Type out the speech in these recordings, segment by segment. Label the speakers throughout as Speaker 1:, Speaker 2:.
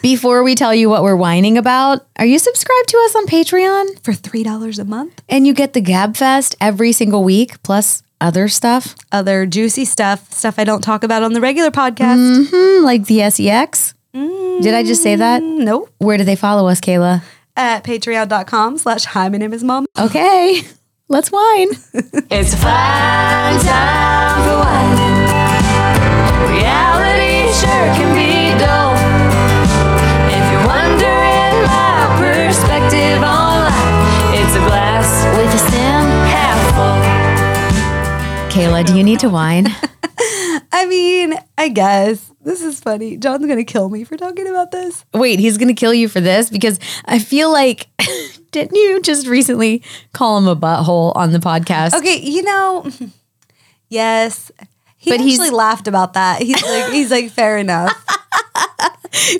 Speaker 1: Before we tell you what we're whining about, are you subscribed to us on Patreon?
Speaker 2: For $3 a month,
Speaker 1: And you get the Gab Fest every single week, plus other stuff
Speaker 2: other juicy stuff, stuff I don't talk about on the regular podcast.
Speaker 1: Hmm, like the SEX. Did I just say that?
Speaker 2: Nope.
Speaker 1: Where do they follow us, Kayla?
Speaker 2: At patreon.com slash hi, my name is mom.
Speaker 1: Okay, let's whine.
Speaker 3: It's a fine time for whining. Reality sure can be dull. If you're wondering my perspective on life, it's a glass with a stem half full.
Speaker 1: Kayla, do you need to whine?
Speaker 2: I mean, I guess this is funny. John's going to kill me for talking about this.
Speaker 1: Wait, he's gonna kill you for this because I feel like didn't you just recently call him a butthole on the podcast?
Speaker 2: Okay, you know, yes. He
Speaker 1: But
Speaker 2: actually
Speaker 1: he's-
Speaker 2: laughed about that. He's like, he's like, fair enough.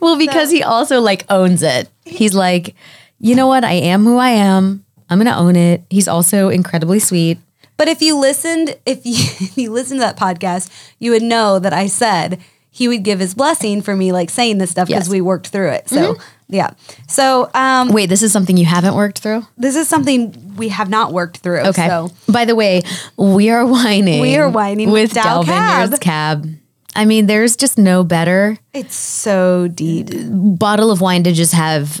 Speaker 1: Well, because he also like owns it. He's like, you know what? I am who I am. I'm gonna own it. He's also incredibly sweet.
Speaker 2: But if you listened, if you, if you listened to that podcast, you would know that I said he would give his blessing for me, like saying this stuff because
Speaker 1: Yes. Mm-hmm.
Speaker 2: we worked through it. So yeah. So um,
Speaker 1: Wait, this is something you haven't worked through?
Speaker 2: this is something we have not worked through.
Speaker 1: Okay.
Speaker 2: So
Speaker 1: By the way, we are whining.
Speaker 2: We are whining with Dow
Speaker 1: Dalvinger's Cab. I mean, there's just no better
Speaker 2: it's so deep.
Speaker 1: bottle of wine to just have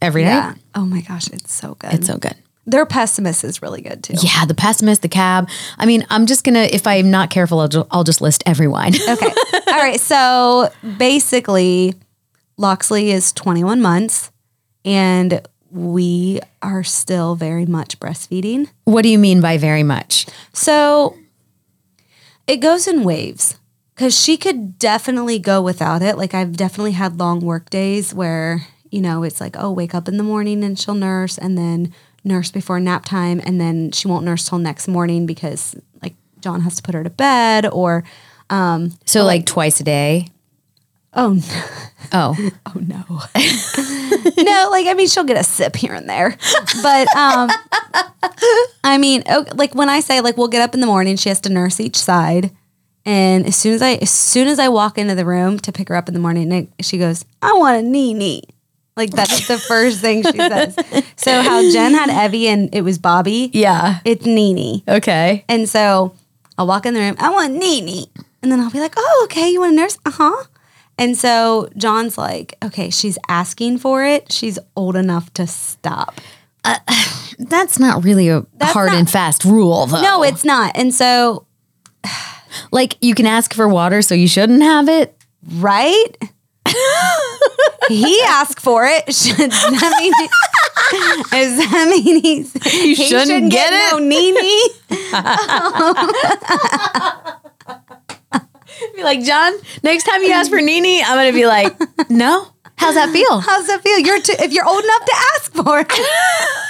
Speaker 1: every
Speaker 2: Yeah.
Speaker 1: night.
Speaker 2: Oh my gosh, it's so good.
Speaker 1: It's so good.
Speaker 2: Their pessimist is really good too.
Speaker 1: Yeah, the pessimist, the cab. I mean, I'm just gonna. If I'm not careful, I'll, ju- I'll just list every wine.
Speaker 2: Okay. All right. So basically, Loxley is 21 months and we are still very much breastfeeding.
Speaker 1: what do you mean by very much?
Speaker 2: So it goes in waves because she could definitely go without it. Like I've definitely had long work days where, you know, it's like, oh, wake up in the morning and she'll nurse and then nurse before nap time and then she won't nurse till next morning because like John has to put her to bed or, um,
Speaker 1: So like twice a day.
Speaker 2: oh,
Speaker 1: Oh,
Speaker 2: oh no. no, like I mean she'll get a sip here and there. But um I mean, o- like when I say like we'll get up in the morning, she has to nurse each side. And as soon as I as soon as I walk into the room to pick her up in the morning, Nick, she goes, "I want a knee knee." Like that's the first thing she says. So how Jen had Evie and it was Bobby.
Speaker 1: yeah.
Speaker 2: It's Nene.
Speaker 1: Okay.
Speaker 2: And so I'll walk in the room, I want Nene. And then I'll be like, oh, okay, you want a nurse? Uh huh. And so John's like, okay, she's asking for it. She's old enough to stop.
Speaker 1: That's not really a hard
Speaker 2: not-
Speaker 1: and fast rule, though.
Speaker 2: No, it's not. And so,
Speaker 1: like you can ask for water, so you shouldn't have it.
Speaker 2: right? he asked for it. Should, I mean, does that mean he's, he
Speaker 1: shouldn't get
Speaker 2: no Nene?
Speaker 1: Be like John. Next time you ask for Nini, I'm gonna be like, no. How's that feel?
Speaker 2: How's that feel? You're too, if you're old enough to ask for it.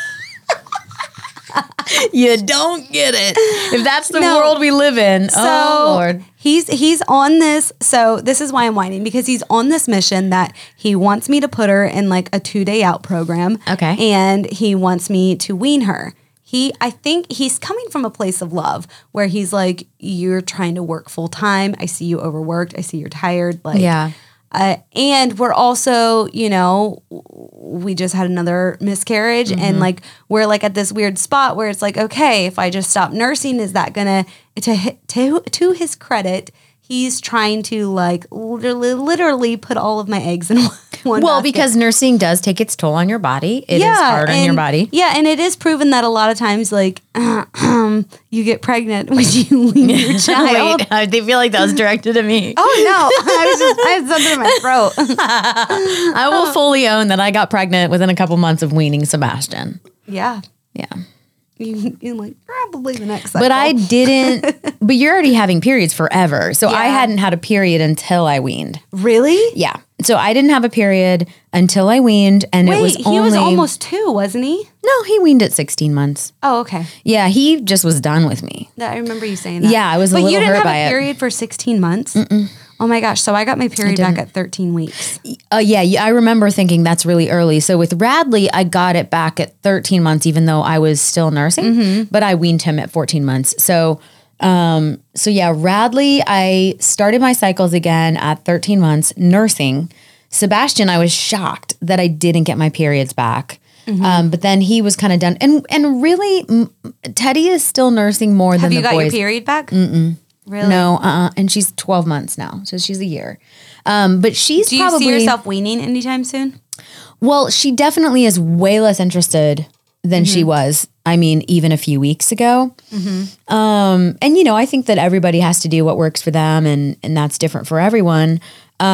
Speaker 1: You don't get it. If that's the
Speaker 2: No.
Speaker 1: world we live in, oh
Speaker 2: So
Speaker 1: Lord.
Speaker 2: he's he's on this. So this is why I'm whining because he's on this mission that he wants me to put her in like a two day out program.
Speaker 1: Okay.
Speaker 2: and he wants me to wean her. He, I think he's coming from a place of love where he's like, "You're trying to work full time. I see you overworked. I see you're tired. Like,
Speaker 1: Yeah.
Speaker 2: uh, and we're also, you know, we just had another miscarriage,
Speaker 1: Mm-hmm.
Speaker 2: and like we're like at this weird spot where it's like, okay, if I just stop nursing, is that gonna to hi- to to his credit? He's trying to like literally, literally put all of my eggs in one. one
Speaker 1: Well,
Speaker 2: basket.
Speaker 1: because nursing does take its toll on your body. It is hard on your
Speaker 2: and-
Speaker 1: body.
Speaker 2: Yeah, and it is proven that a lot of times, like, you get pregnant when you wean your child.
Speaker 1: Wait, I feel like that was directed at me.
Speaker 2: Oh no! I was just I had something in my throat.
Speaker 1: I will fully own that I got pregnant within a couple months of weaning Sebastian.
Speaker 2: yeah,
Speaker 1: Yeah.
Speaker 2: you, you like probably the next.
Speaker 1: But
Speaker 2: cycle.
Speaker 1: I didn't, but you're already having periods forever. So I
Speaker 2: Yeah.
Speaker 1: hadn't had a period until I weaned.
Speaker 2: really
Speaker 1: Yeah. So I didn't have a period until I weaned. And
Speaker 2: wait.
Speaker 1: it was
Speaker 2: he
Speaker 1: only,
Speaker 2: was almost two, wasn't he?
Speaker 1: no, he weaned at 16 months.
Speaker 2: Oh, okay.
Speaker 1: Yeah. He just was done with me.
Speaker 2: That, I remember you saying that.
Speaker 1: Yeah, I was a
Speaker 2: but you
Speaker 1: little
Speaker 2: didn't
Speaker 1: hurt
Speaker 2: have
Speaker 1: by
Speaker 2: a
Speaker 1: it.
Speaker 2: period for sixteen months. Oh my gosh! So I got my period back at thirteen weeks.
Speaker 1: Uh, yeah, yeah, I remember thinking that's really early. So with Radley, I got it back at 13 months, even though I was still nursing,
Speaker 2: Mm-hmm.
Speaker 1: but I weaned him at 14 months. So, um, so yeah, Radley, I started my cycles again at 13 months nursing. Sebastian, I was shocked that I didn't get my periods back.
Speaker 2: Mm-hmm.
Speaker 1: Um, but then he was kind of done, and and really, m- Teddy is still nursing more than
Speaker 2: Have you
Speaker 1: the
Speaker 2: got your
Speaker 1: boys.
Speaker 2: period back? Mm-mm. Really?
Speaker 1: no, uh, and she's twelve months now, so she's a year. Um, but she's
Speaker 2: Do you
Speaker 1: probably
Speaker 2: see yourself weaning anytime soon?
Speaker 1: well, she definitely is way less interested than she was. I mean, even a few weeks ago. Um, and you know, I think that everybody has to do what works for them, and and that's different for everyone.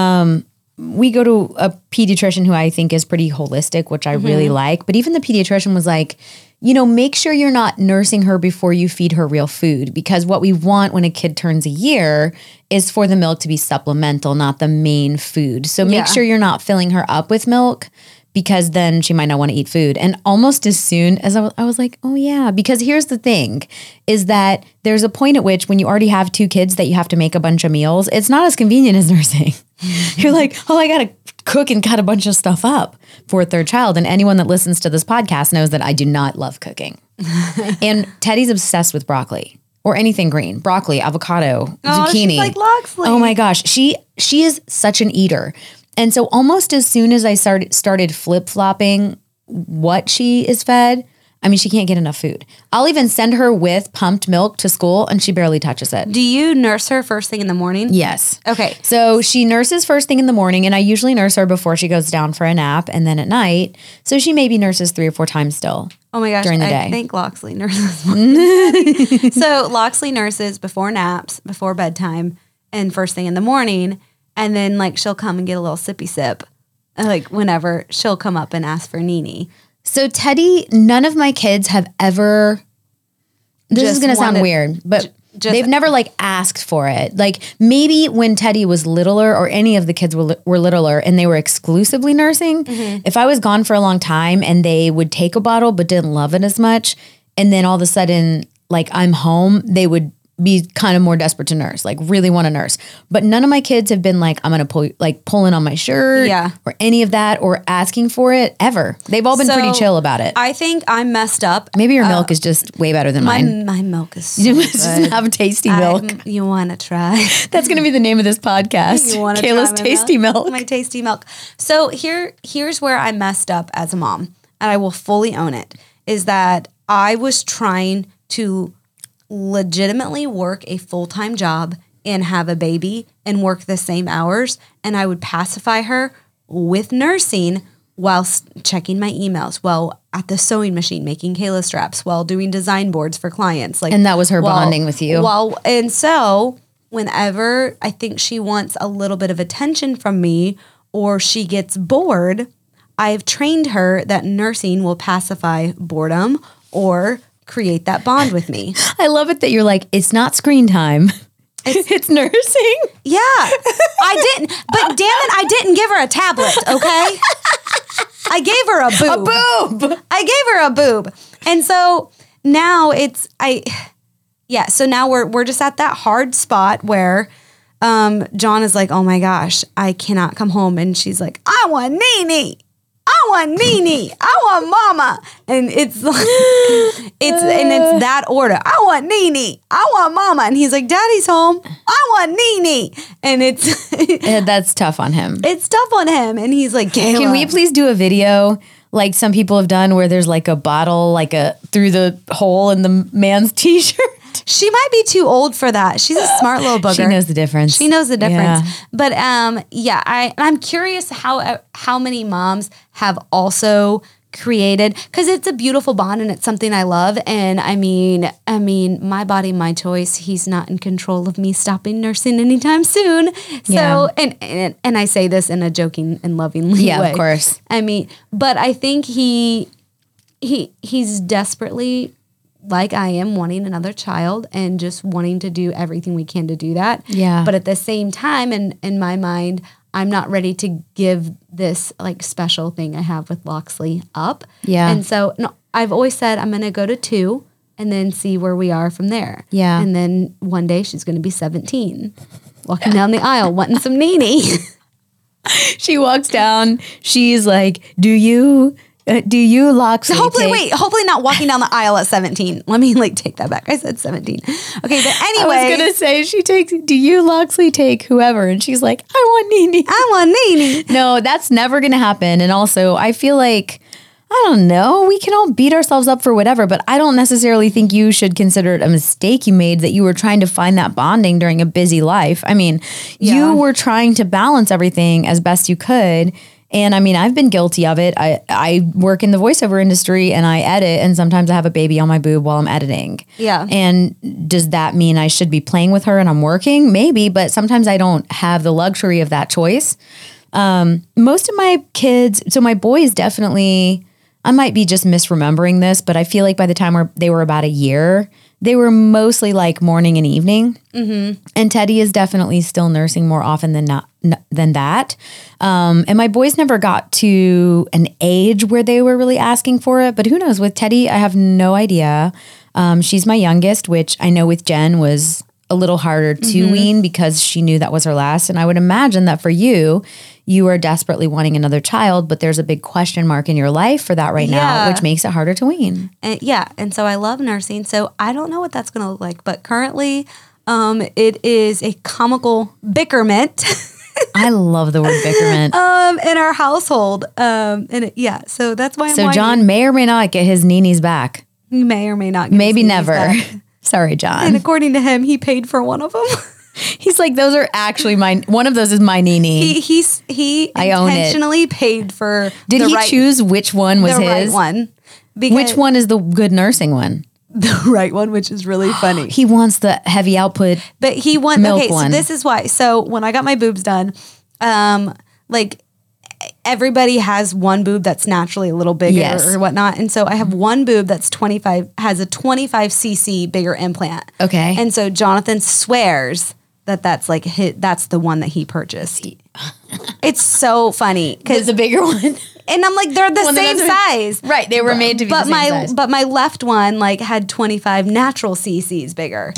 Speaker 1: Um, we go to a pediatrician who I think is pretty holistic, which I really like. But even the pediatrician was like, you know, make sure you're not nursing her before you feed her real food, because what we want when a kid turns a year is for the milk to be supplemental, not the main food. So make
Speaker 2: Yeah.
Speaker 1: sure you're not filling her up with milk because then she might not want to eat food. And almost as soon as I wa- I was like, oh yeah, because here's the thing is that there's a point at which when you already have two kids that you have to make a bunch of meals, it's not as convenient as nursing. You're like, oh, I got to cook and cut a bunch of stuff up for a third child. And anyone that listens to this podcast knows that I do not love cooking. and Teddy's obsessed with broccoli or anything green, broccoli, avocado,
Speaker 2: Oh, she's
Speaker 1: zucchini.
Speaker 2: like Loxley.
Speaker 1: Oh my gosh, she she is such an eater. And so almost as soon as I started started flip-flopping what she is fed, I mean she can't get enough food. I'll even send her with pumped milk to school and she barely touches it.
Speaker 2: Do you nurse her first thing in the morning?
Speaker 1: Yes.
Speaker 2: Okay.
Speaker 1: So she nurses first thing in the morning, and I usually nurse her before she goes down for a nap and then at night. So she maybe nurses three or four times still.
Speaker 2: Oh my gosh.
Speaker 1: During the
Speaker 2: I
Speaker 1: day.
Speaker 2: think Loxley nurses. so Loxley nurses before naps, before bedtime, and first thing in the morning. And then like she'll come and get a little sippy sip. uh, Like whenever she'll come up and ask for Nini.
Speaker 1: So Teddy, none of my kids have ever. This is
Speaker 2: Just
Speaker 1: going to sound
Speaker 2: wanted-
Speaker 1: weird, but
Speaker 2: just-
Speaker 1: they've never like asked for it. Like maybe when Teddy was littler, or any of the kids were, li- were littler, and they were exclusively nursing.
Speaker 2: Mm-hmm.
Speaker 1: If I was gone for a long time and they would take a bottle but didn't love it as much, and then all of a sudden, like I'm home, they would be kind of more desperate to nurse, like really want to nurse. But none of my kids have been like, I'm going to pull, like pulling on my shirt,
Speaker 2: Yeah.
Speaker 1: or any of that, or asking for it ever. They've all been
Speaker 2: So, uh,
Speaker 1: pretty chill about it.
Speaker 2: I think I'm messed up.
Speaker 1: Maybe your milk is just way better than
Speaker 2: My,
Speaker 1: mine.
Speaker 2: my milk is so
Speaker 1: You must just have tasty milk.
Speaker 2: I'm- you want to try?
Speaker 1: That's going to be the name of this podcast.
Speaker 2: You wanna
Speaker 1: Kayla's
Speaker 2: try my
Speaker 1: Tasty Milk.
Speaker 2: My tasty milk. So here, here's where I messed up as a mom, and I will fully own it. Is that I was trying to legitimately work a full time job and have a baby and work the same hours, and I would pacify her with nursing whilst checking my emails, while at the sewing machine making Kayla straps, while doing design boards for clients. Like,
Speaker 1: And that was her bonding with you.
Speaker 2: well, and so whenever I think she wants a little bit of attention from me or she gets bored, I've trained her that nursing will pacify boredom or create that bond with me.
Speaker 1: I love it that you're like, it's not screen time. It's, nursing.
Speaker 2: Yeah. I didn't, but damn it, I didn't give her a tablet, okay? I gave her a boob.
Speaker 1: Boob.
Speaker 2: I gave her a boob. And so now it's I yeah, so now we're we're just at that hard spot where um John is like, "Oh my gosh, I cannot come home." And she's like, "I want Nene. I want Nene. I want Mama." And it's like it's and it's that order. I want Nene. I want Mama. And he's like, "Daddy's home. I want Nene." And it's
Speaker 1: Eh, That's tough on him.
Speaker 2: it's tough on him and he's like, "Kayla,
Speaker 1: Can we please do a video like some people have done where there's like a bottle, like a through the hole in the man's t shirt?
Speaker 2: She might be too old for that. She's a smart little booger.
Speaker 1: She knows the difference.
Speaker 2: She knows the difference.
Speaker 1: Yeah.
Speaker 2: But um, yeah, I and I'm curious how uh, how many moms have also created because it's a beautiful bond and it's something I love. And I mean, I mean, my body, my choice. He's not in control of me stopping nursing anytime soon. So
Speaker 1: Yeah.
Speaker 2: and, and and I say this in a joking and lovingly
Speaker 1: Yeah, of
Speaker 2: way.
Speaker 1: course.
Speaker 2: I mean, but I think he he he's desperately like I am wanting another child and just wanting to do everything we can to do that.
Speaker 1: Yeah.
Speaker 2: But at the same time, in in my mind, I'm not ready to give this like special thing I have with Loxley up.
Speaker 1: Yeah.
Speaker 2: And so no, I've always said I'm gonna go to two and then see where we are from there.
Speaker 1: Yeah.
Speaker 2: And then one day she's gonna be 17, walking down the aisle wanting some nini.
Speaker 1: she walks down. She's like, "Do you Uh, Do you, Loxley?
Speaker 2: Hopefully,
Speaker 1: take-
Speaker 2: wait. Hopefully, not walking down the aisle at seventeen. Let me like take that back. I said seventeen. Okay, but
Speaker 1: I
Speaker 2: anyway,
Speaker 1: was gonna say she takes. Do you, Loxley, take whoever? And she's like, I want Nene.
Speaker 2: I'm on Nene.
Speaker 1: no, that's never going to happen. And also, I feel like, I don't know, we can all beat ourselves up for whatever, but I don't necessarily think you should consider it a mistake you made that you were trying to find that bonding during a busy life. I mean,
Speaker 2: Yeah.
Speaker 1: you were trying to balance everything as best you could. And I mean, I've been guilty of it. I, I work in the voiceover industry and I edit, and sometimes I have a baby on my boob while I'm editing.
Speaker 2: Yeah.
Speaker 1: And does that mean I should be playing with her and I'm working? Maybe, but sometimes I don't have the luxury of that choice Um, most of my kids, so my boys definitely, I might be just misremembering this, but I feel like by the time we're, they were about a year, they were mostly like morning and evening. And Teddy is definitely still nursing more often than not n- than that. Um, and my boys never got to an age where they were really asking for it. But who knows? With Teddy, I have no idea. Um, she's my youngest, which I know with Jen was a little harder to wean because she knew that was her last. And I would imagine that for you, you are desperately wanting another child, but there's a big question mark in your life for that right now,
Speaker 2: Yeah.
Speaker 1: which makes it harder to wean.
Speaker 2: And yeah, and so I love nursing. So I don't know what that's going to look like, but currently, um, it is a comical bickerment.
Speaker 1: I love the word bickerment.
Speaker 2: um, in our household. Um, and it, yeah, so that's why. I'm
Speaker 1: so
Speaker 2: whining.
Speaker 1: John may or may not get his ninis back.
Speaker 2: he may or may not. get his
Speaker 1: Maybe
Speaker 2: knees
Speaker 1: never.
Speaker 2: back.
Speaker 1: Sorry,
Speaker 2: And
Speaker 1: John.
Speaker 2: according to him, he paid for one of them.
Speaker 1: He's like, those are actually my, one of those is my nini.
Speaker 2: he he's, he
Speaker 1: I own it.
Speaker 2: intentionally paid for.
Speaker 1: Did
Speaker 2: the
Speaker 1: he
Speaker 2: right,
Speaker 1: choose which one
Speaker 2: the
Speaker 1: was
Speaker 2: right
Speaker 1: his?
Speaker 2: one?
Speaker 1: Which one is the good nursing one?
Speaker 2: The right one, which is really funny.
Speaker 1: He wants the heavy output.
Speaker 2: But he won.
Speaker 1: Milk
Speaker 2: okay,
Speaker 1: one.
Speaker 2: so this is why. So when I got my boobs done, um, like everybody has one boob that's naturally a little bigger
Speaker 1: Yes. Mm-hmm.
Speaker 2: or whatnot, and so I have one boob that's twenty five has a twenty five cc bigger implant.
Speaker 1: Okay.
Speaker 2: and so Jonathan swears that that's like his, that's the one that he purchased. It's so funny because,
Speaker 1: the bigger one.
Speaker 2: and I'm like, they're the
Speaker 1: Well, no,
Speaker 2: same
Speaker 1: that's-
Speaker 2: size,
Speaker 1: Right. They were made to be
Speaker 2: but
Speaker 1: the same
Speaker 2: my
Speaker 1: size.
Speaker 2: but my left one like had 25 natural cc's bigger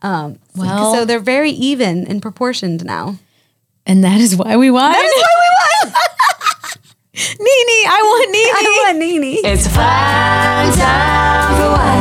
Speaker 2: um
Speaker 1: Well-
Speaker 2: so they're very even and proportioned now
Speaker 1: And that is why we won. That is why we won. Nini, I want Nini.
Speaker 2: i want nini
Speaker 3: It's a fine time for wine.